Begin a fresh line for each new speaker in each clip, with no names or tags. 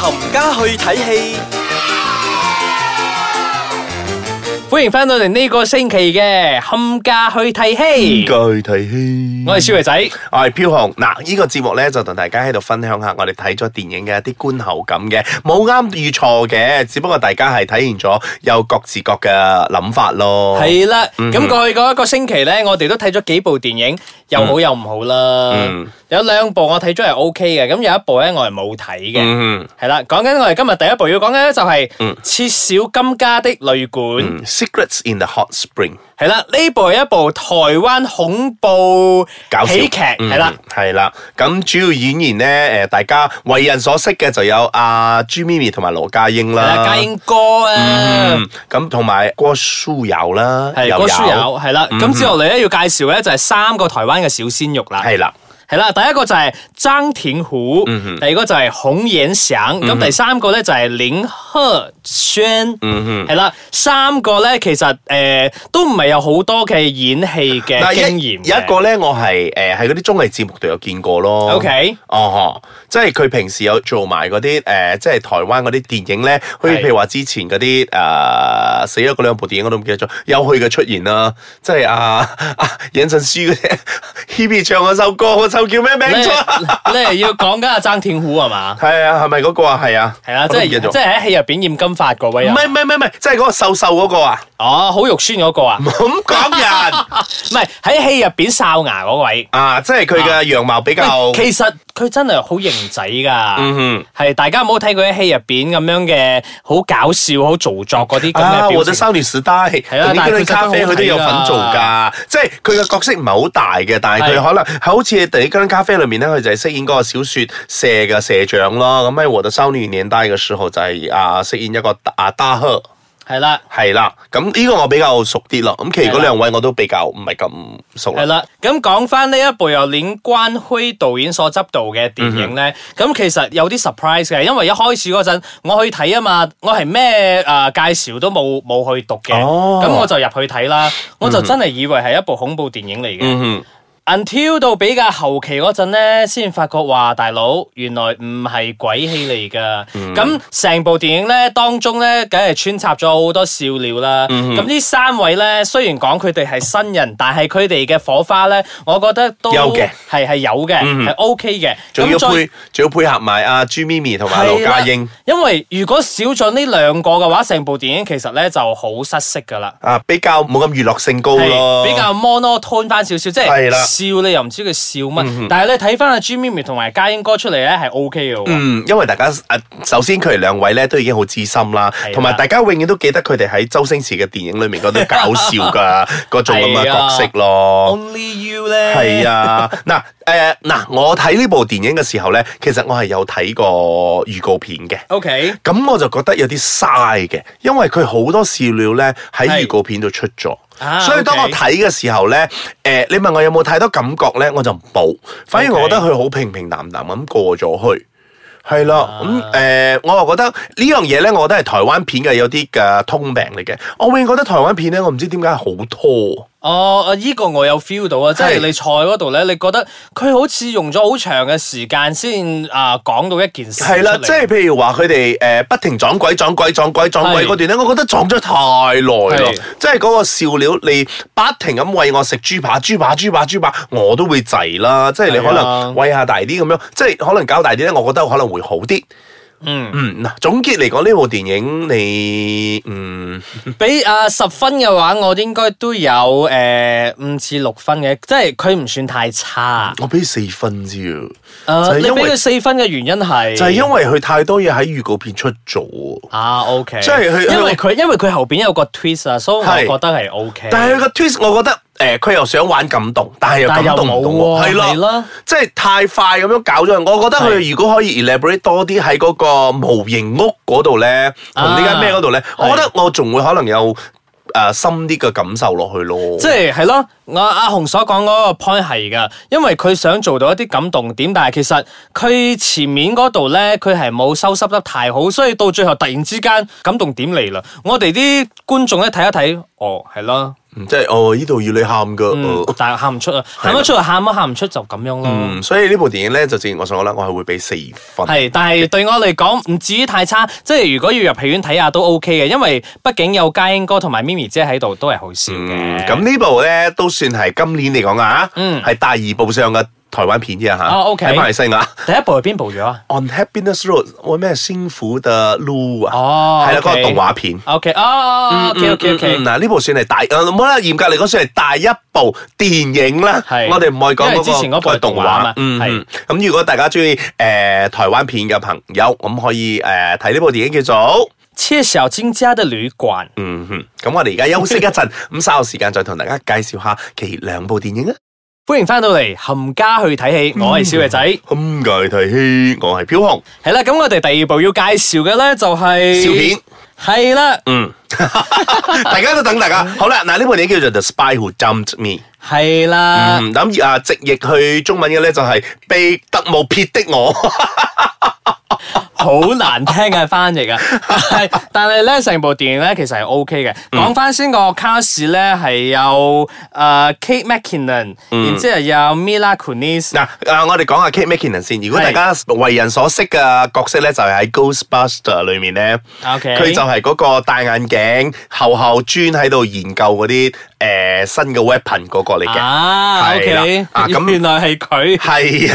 冚家去睇戲，
欢迎翻到嚟呢个星期嘅冚家去睇戏，
具體戲，
我系小肥仔，
我係飄紅嗱，呢、個節目咧就同大家喺度分享下我哋睇咗電影嘅一啲觀後感嘅，冇啱與錯嘅，只不過大家係體現咗有各自各嘅諗法咯。
系啦，
嗯
咁过去嗰一个星期咧，我哋都睇咗几部电影，又好又唔好啦
嗯。
有两部我睇咗系 O K 嘅，咁有一部咧我系冇睇嘅，
嗯
系啦。讲紧我哋今日第一部要讲嘅咧就
嗯
系《切小金家的旅馆》，
嗯，Secrets in the Hot Spring
系啦，呢部系一部台湾恐怖
搞笑嗯
喜剧，系啦。，
係啦。咁主要演員咧，誒大家為人所識嘅就有阿朱咪咪同埋羅家英
系啦，
啦，
家英哥啊，
嗯，咁同埋郭書友啦，
系
又
郭書友，系
嗯
啦。咁之後嚟咧要介紹咧就係三個台灣嘅小鮮肉啦。
係啦。嗯
係啦，第一個就係張庭湖，第二個就係孔衍祥，咁第三個咧就係林赫宣。
嗯
係啦，三個咧其實诶都唔係有好多嘅演戲嘅
嗱，
經
一
驗嘅。
有一個咧，我係誒喺嗰啲綜藝節目度有見過咯。
OK
哦，即係佢平時有做埋嗰啲誒，即係台灣嗰啲電影咧，好似
係
譬如話之前嗰啲誒死咗嗰兩部電影我都唔記得咗，有佢嘅出現啦，即係啊 啊尹振書嗰啲 Hebe 唱嗰首歌，嗰首叫咩名
你
啫？
你係要講緊阿張庭湖係嘛？
係啊，係咪嗰個啊？係啊，
係啦，
我
即
都唔
係
記得咗
即係喺戲入边染金髮嗰位
唔
啊，
係唔係唔係唔係，即係嗰個瘦瘦嗰個 啊！
哦，好肉酸嗰個啊，唔
咁講人
係喺戲入边哨牙嗰位。
啊，即係佢嘅樣貌比較
喂其實佢真係好型仔㗎，
嗯。
係大家唔好睇佢喺戲入邊咁樣嘅好搞笑、好做作嗰啲咁
啊！
嘅
我
表
的
情。
少女時代
啊
同呢
但係佢
個咖啡佢都有份做
真係
㗎，即係佢嘅角色唔係好大嘅，但係
係
佢可能好似《第一間咖啡》裏面咧，佢就係飾演嗰個小説社嘅社長咯。咁喺《我的少女年代》嘅時候就係、啊飾演一個啊大赫。
係啦。
係啦，咁呢個我比較熟啲咯，咁其餘嗰兩位我都比較唔係咁熟
係
啦。
啦，咁講翻呢一部由林關輝導演所執導嘅電影
嗯
咧，咁、其實有啲 surprise 嘅，因為一開始嗰陣我去睇啊嘛，我係咩誒介紹都冇冇去讀嘅，咁、
哦
我就入去睇啦，我就真係以為係一部恐怖電影嚟嘅。
嗯
until 到比較後期嗰陣咧，先發覺話大佬原來唔係鬼戲嚟噶。
嗯
咁成、部電影咧當中咧，梗係穿插咗好多笑料啦。
嗯
咁呢、三位咧，雖然講佢哋係新人，但係佢哋嘅火花咧，我覺得都
有嘅
係係有嘅，係 OK 嘅。
哼，仲要
咁再
配仲要配合埋阿朱咪咪同埋羅家英
係啦因為如果少咗呢兩個嘅話，成部電影其實咧就好失色噶啦。
啊，比較冇咁娛樂性高咯。
係比較 monotone 翻少少，即係
係啦嗯
笑你又唔知佢笑乜，但係咧睇翻阿 Jimmy 咪同埋嘉英哥出嚟咧係 O K 嘅喎，
嗯，因為大家啊，首先佢哋兩位咧都已經好資深啦
係啦，
同埋大家永遠都記得佢哋喺周星馳嘅電影裏面嗰種搞笑 噶嗰種咁嘅
啊
角色咯。
Only You 咧
係啊，嗱誒嗱，我睇呢部電影嘅時候咧，其實我係有睇過預告片嘅。
，O K
咁我就覺得有啲嘥嘅，因為佢好多笑料咧喺
係
預告片度出咗。
啊
所以當我
OK
睇嘅時候咧，誒、你問我有冇太多感覺咧，我就冇，反
OK
而我覺得佢好平平淡淡咁過咗去。係
啊
啦，咁誒、我又覺得呢樣嘢咧，我覺得係台灣片嘅有啲嘅通病嚟嘅。我永遠覺得台灣片咧，我唔知點解好拖。
哦，啊依個我有 feel 到啊，即係
係
你坐喺嗰度咧，你覺得佢好似用咗好長嘅時間先啊講到一件事
係啦，
出嚟
即係譬如話佢哋誒不停撞鬼、撞鬼、撞鬼、撞鬼
係
嗰段咧，我覺得撞咗太耐咯
係。
即係嗰個笑料，你不停咁餵我食豬扒、豬扒、豬扒、豬扒，我都會滯啦。即係你
係啊
可能餵下大啲咁樣，即係可能搞大啲咧，我覺得可能會好啲。
嗯
嗯，嗱，總結嚟講，呢部電影你嗯
俾啊十分嘅話，我應該都有誒五至六分嘅，即係佢唔算太差。
我俾四分啫喎，就
誒，
係
呃你
因
俾佢
為
四分嘅原因係
就係因為佢太多嘢喺預告片出咗。
啊，OK，
即係佢
因為佢因為佢後邊有個 twist 啊，所以我
係
覺得係 OK。
但係佢個 twist，我覺得誒，佢、又想玩感動，但係又
但係又
感動唔到
冇
我，
喎
係
係啦
啦，即係太快咁樣搞咗。我覺得
係
佢如果可以 elaborate 多啲喺嗰個模型屋嗰度咧，同呢間咩嗰度咧，
啊係
我覺得我仲會可能有誒、呃深啲嘅感受落去咯。
即係係咯，我阿紅所講嗰個 point 係噶，因為佢想做到一啲感動點，但係其實佢前面嗰度咧，佢係冇收拾得太好，所以到最後突然之間感動點嚟啦。我哋啲觀眾咧睇一睇，哦，係啦，
嗯即係哦呢度要你喊噶。
嗯
呃，
但係喊唔出啊，喊得出就喊啊，喊唔出就咁樣咯。
嗯，所以呢部電影咧就正如我所講啦，我係會俾四分。
係，但係對我嚟講唔至於太差，即係如果要入戲院睇下都 OK 嘅，因為畢竟有嘉英哥同埋咪咪姐喺度都係好笑
嗯
嘅。
咁呢部咧都算係今年嚟講啊，
嗯
係第二部上嘅台灣片啫吓。
哦，OK
喺馬來西亞。
第一部係邊部咗啊？
On Happiness Road，我咩辛苦的路啊，
哦
係啦，嗰個
OK 嗯
動畫片。
O K 啊，O K O K O
嗯
K，
嗱呢部算係大，誒冇啦，嚴格嚟講算係第一部電影啦。
係
我哋唔可以講
因
嗰
為之前嗰
個
部
嗰個動
係動畫
畫
嘛。
嗯，
係
嗯咁如果大家中意誒台灣片嘅朋友，咁可以誒睇呢部電影叫做。
切小金家的旅館。
嗯哼，咁我哋而家休息一 陣，咁稍後時間再同大家介紹下其兩部電影啊。
歡迎翻到嚟冚家去睇
嗯
戲，我係小爺仔。
咁嘅睇戲，我係飄紅，
係啦，咁我哋第二部要介紹嘅咧就係
笑片。
係啦，
嗯， 大家都等大家。好啦，嗱呢部電影叫做《The Spy Who Dumped Me》。
係啦，
嗯，咁而啊直譯去中文嘅咧就係被特務撇的我。
好難聽嘅翻譯啊！係但係咧，成部電影咧其實係 O K 嘅。
嗯
講翻先個卡士咧係有誒 Kate McKinnon，然
嗯
之後有 Mila Kunis。
嗱，啊，我哋講下 Kate McKinnon 先。如果大
係
家為人所識嘅角色咧，就係喺 Ghostbuster 裏面咧，
OK
佢就係嗰個戴眼鏡、後後專喺度研究嗰啲誒新嘅 weapon 嗰個嚟嘅。
啊
係啦
，OK，
啊咁
原來係佢。
係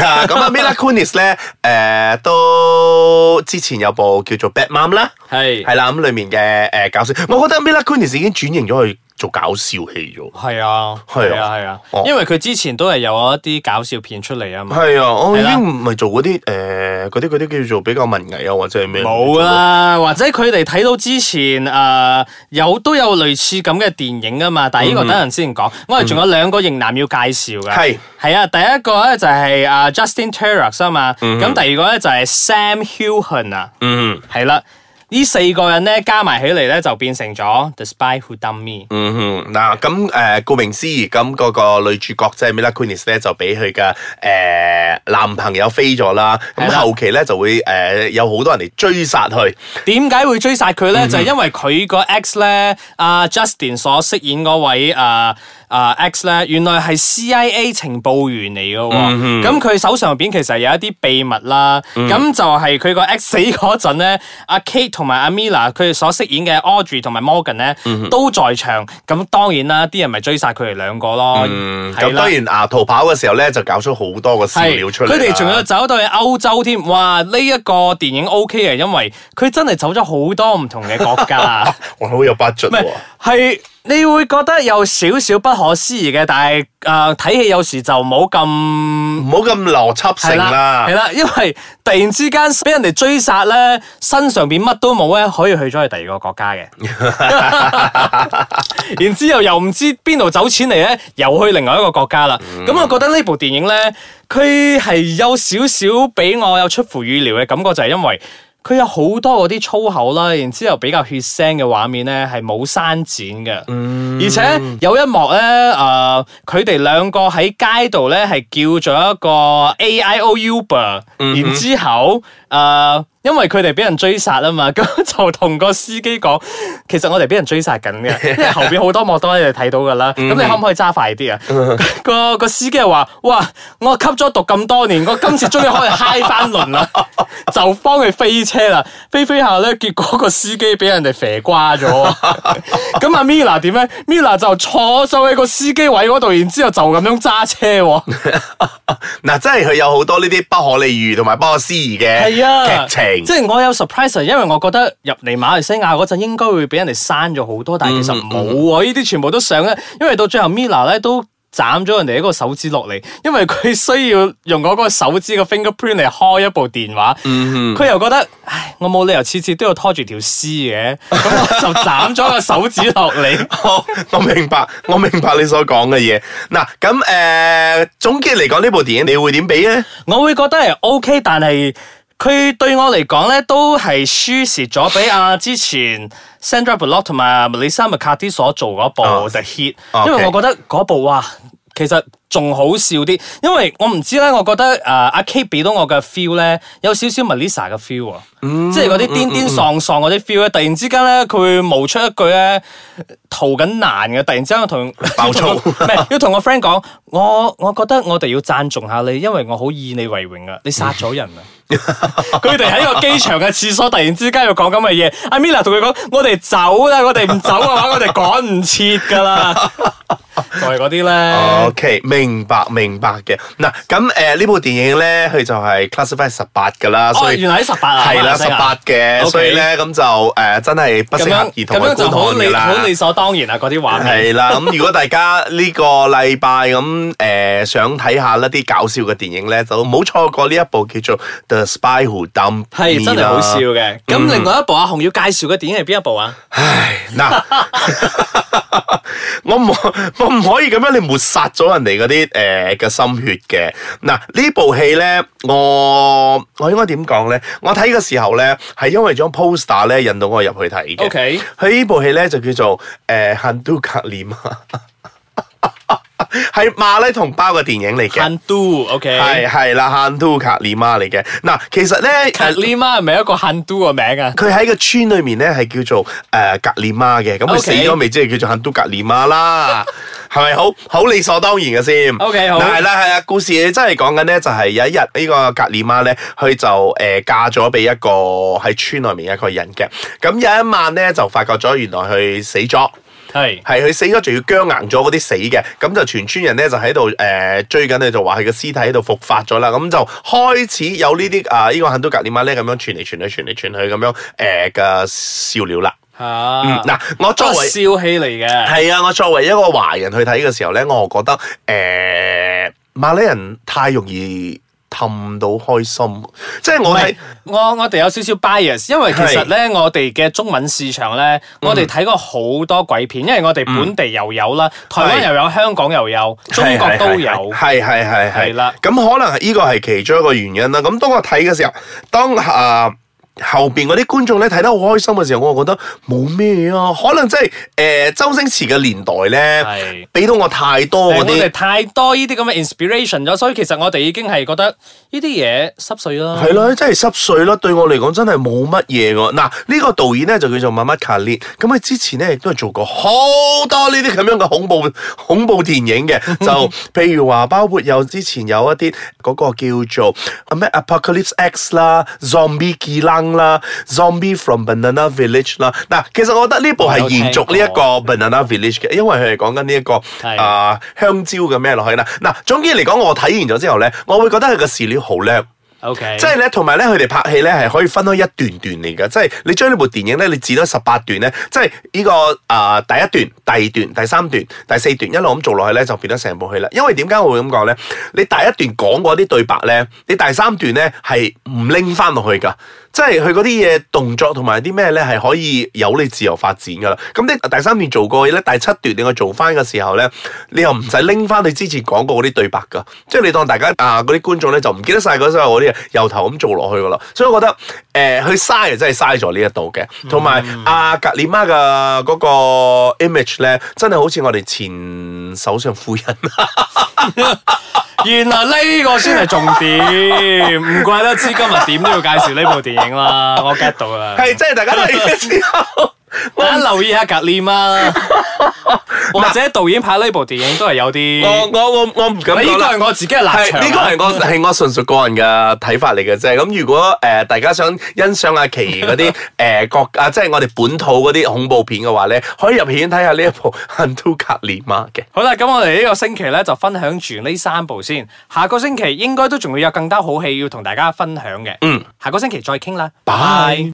啊，咁啊 Mila Kunis 咧，誒、都之前有部叫做《Bad Mom》啦，
係
係啦，咁裡面嘅誒、搞笑，我覺得 Mila Kunis 已經轉型咗去做搞笑戲咗。
係啊，係
係啊
啊，係啊
哦，
因為佢之前都係有一啲搞笑片出嚟啊嘛，
係啊，我已
係啦
經唔係做嗰啲誒嗰啲嗰啲叫做比較文藝啊或者係咩？
冇啦，或者佢哋睇到之前誒、呃有都有類似咁嘅電影啊嘛，但係呢個等陣先講，我哋仲有兩個型男要介紹嘅，
嗯係
係啊，第一個咧就係啊 Justin t e r r o x 啊嘛，咁第二個咧就係 Sam Hilton 啊，
嗯。
係啦，呢四個人咧加埋起嚟咧就變成咗 The Spy Who Dumped Me。
嗯哼，嗱咁誒，顧名思義，咁嗰個女主角即係 Mila Kunis 咧，就俾佢嘅誒男朋友飛咗啦。咁
係啦
後期咧就會誒、呃有好多人嚟追殺佢。
點解會追殺佢咧？就係因為佢個 ex 咧，阿 Justin 所飾演嗰位啊啊 ex 咧，原來係 CIA 情報員嚟嘅喎。咁佢手上邊其實有一啲秘密啦。咁就係佢個 ex 死嗰陣咧，阿 Kate 同埋阿 Mila 佢哋所飾演嘅 Audrey 同埋 Morgan 咧都在場。咁當然啦，啲人咪追殺佢哋兩個咯。
嗯
係
咁
啦
當然啊，逃跑嘅時候咧就搞出好多個笑
係
料出嚟啦。
佢哋仲有走到去歐洲添，哇！呢、一個電影 O K 嘅，因為佢真係走咗好多唔同嘅國 家。
我好有 budget
唔係
喎。
係你會覺得有少少不可思議嘅，但係誒睇戲有時就冇咁
唔好咁邏輯性啊
係
啦
係。啦，啊因為突然之間俾人哋追殺咧，身上邊乜都冇咧，可以去咗去第二個國家嘅，然之後又唔知邊度走錢嚟咧，又去另外一個國家啦。咁、我覺得呢部電影咧，佢係有少少俾我有出乎預料嘅感覺，就係因為。佢有好多嗰啲粗口啦，然之後比較血腥嘅畫面咧，係冇刪剪嘅，而且有一幕咧，誒、佢哋兩個喺街度咧係叫咗一個 A I O Uber，、然之後誒、呃因為佢哋俾人追殺啊嘛，咁 就同個司機講，其實我哋俾人追殺緊嘅，因為後邊好多幕都你哋睇到㗎啦，咁你可唔可以揸快啲啊？ 個個司機又話：，哇，我吸咗毒咁多年，我今次終於可以 嗨翻輪啦，就幫佢飛車啦，飛飛下咧，結果個司機俾人哋肥瓜咗。 咁阿 Mila 點咧？Mila 就坐咗喺個司機位嗰度，然之後就咁樣揸車喎。
嗱，真係佢有好多呢啲不可理喻同埋不可思議
係啊，
嘅劇
即係
情。
我有 surprise，因啊為我覺得入嚟馬來西亞嗰陣應該會俾人哋刪咗好多，但係
嗯
其實冇喎，呢啲全部都上咧，因為到最後 Mila 咧都。斬咗人哋一個手指落嚟，因為佢需要用嗰個手指嘅 fingerprint 嚟開一部電話，佢、
嗯
又覺得，唉，我冇理由次次都要拖住條絲嘅，咁我就斬咗個手指落嚟。
我 我明白，我明白你所講嘅嘢。嗱，咁誒、呃，總結嚟講，呢部電影你會點俾咧？
我會覺得係 O K，但係佢對我嚟講咧，都係輸蝕咗俾阿之前 Sandra Bullock 同埋 Melissa McCarthy 所做嗰部
哦
The Hit，
哦
因為
OK
我覺得嗰部哇其實仲好笑啲，因為我唔知咧，我覺得誒阿 K 俾到我嘅 feel 咧，有少少 Melissa 嘅 feel 啊，
嗯
即係嗰啲癲癲喪喪嗰啲 feel 咧，突然之間咧佢會冒出一句咧逃緊難嘅，突然之間同
爆粗
要同個唔係要同我 friend 講，我我覺得我哋要讚頌下你，因為我好以你為榮啊，你殺咗人啊！佢哋喺個機場嘅廁所，突然之間要講咁嘅嘢。阿 Mila 同佢講：我哋走啦，我哋唔走嘅話，我哋趕唔切噶啦。就係嗰啲咧，
OK，明白明白嘅。嗱，咁誒呢部電影咧，佢就係 classify 十八噶啦，
哦，
所以
原。來喺十八啊，
係
馬
啦，
來西
十
亞
八嘅，
OK
所以咧咁就誒真係不
咁
適合
樣
兒童
咁樣
嘅
就
觀看
好
㗎
理好
啦
理。所當然啊，嗰啲畫面。
係啦，咁如果大家呢個禮拜咁誒想睇下一啲搞笑嘅電影咧，就唔好錯過呢一部叫做《The Spy Who Dumped Me》
係真係好笑啊
啦。
嘅。咁另外一部阿啊紅要介紹嘅電影係邊一部啊？
唉，嗱， 我唔我唔可以咁樣，你抹殺咗人哋嗰啲誒呃嘅心血嘅。嗱，呢部戲咧，我我應該點講咧？我睇嘅時候咧，係因為張 poster 咧引到我入去睇嘅。
OK
佢呢部戲咧就叫做呃誒《恨都格念》啊， 係馬拉同胞嘅電影嚟嘅。
漢都 OK。
係係啦，《恨都格念》嚟嘅。嗱，其實咧，
卡利媽係咪一個漢都個名啊？
佢喺個村裏面咧係叫做誒格列媽嘅，咁佢
OK
死咗未？即係叫做肯都格列 媽啦，係咪好好理所當然嘅先
OK，好
係啦係啦，故事真係講緊咧，就係有一日呢個格列媽咧，佢就誒嫁咗俾一個喺村裏面一個人嘅，咁有一晚咧就發覺咗原來佢死咗。
係。
係佢死咗，仲要僵硬咗嗰啲死嘅，咁就全村人咧就喺度誒追緊佢，就話佢嘅屍體喺度復發咗啦，咁就開始有呢啲啊呢個肯都格列瑪咧咁樣傳嚟傳去、傳嚟傳去咁樣誒嘅笑料啦。
啊
嗯，嗱，我作
都係
為
笑戲嚟嘅。
係啊，我作為一個華人去睇嘅時候咧，我覺得誒、呃、馬來人太容易氹到開心，即係我係
我我哋有少少 bias，因為其實咧，我哋嘅中文市場咧，我哋睇過好多鬼片，因為我哋本地又有啦，台灣又有，香港又有，中國都有。
係係係係
係啦
咁可能係呢個係其中一個原因啦。咁當我睇嘅時候，當啊、後邊嗰啲觀眾咧睇得好開心嘅時候，我覺得冇咩啊。可能真係誒、呃周星馳嘅年代咧
係，
俾到我太多嗰
我哋
啲。
太多呢啲咁嘅 inspiration 咗，所以其實我哋已經係覺得呢啲嘢濕碎啦。
係咯，真係濕碎啦！對我嚟講真係冇乜嘢喎。嗱，呢個導演咧就叫做麥麥卡列，咁佢之前咧亦都係做過好多呢啲咁樣嘅恐怖恐怖電影 嘅，就譬如話包括有之前有一啲嗰個叫做咩 Apocalypse X 啦、Zombie g i l a n g 啦、Zombie from Banana Village 啦。嗱，其實我覺得呢部係延續呢一個 Banana Village 嘅，因為佢係講緊呢一個
係
啊、香蕉嘅咩落去啦。嗱，總結嚟講，我睇完咗之後咧，我會覺得佢嘅視料好叻。
OK，
即係咧，同埋咧，佢哋拍戲咧係可以分開一段段嚟㗎。即係你將呢部電影咧，你剪咗十八段咧，即係呢、個啊、第一段、第二段、第三段、第四段一路咁做落去咧，就變咗成部戲啦。因為點解我會咁講咧？你第一段講嗰啲對白咧，你第三段咧係唔拎翻落去㗎。即係佢嗰啲嘢動作同埋啲咩咧係可以由你自由發展㗎啦。咁你第三段做過嘅嘢咧，第七段你去做翻嘅時候咧，你又唔使拎翻你之前講過嗰啲對白㗎。即係你當大家啊嗰啲觀眾咧就唔記得晒嗰啲嗰啲嘢，由頭咁做落去㗎啦。所以我覺得誒佢嘥啊真係嘥咗呢一度嘅，同埋阿格列媽嘅嗰個 image 咧，真係好似我哋前首相夫人。
原來呢個先係重點，唔怪得知今日點都要介紹呢部電影啦，我 get 到啦。
係即係大家睇 嘅時候，
大家留意下格念 啊，或者導演拍呢部電影都係有啲，
我
呢
我我我唔敢
個
講啦
係我自己嘅立
係
場啊。
呢個係我係我純屬個人嘅睇法嚟嘅啫。咁如果誒、呃大家想欣賞阿奇嗰 啲誒國啊，即係我哋本土嗰啲恐怖片嘅話咧，可以入戲院睇下呢一部《恨都格列瑪》嘅。
好啦，咁我哋呢個星期咧就分享住呢三部先，下個星期應該都仲會有更加好戲要同大家分享嘅。
嗯，
下個星期再傾啦，
拜。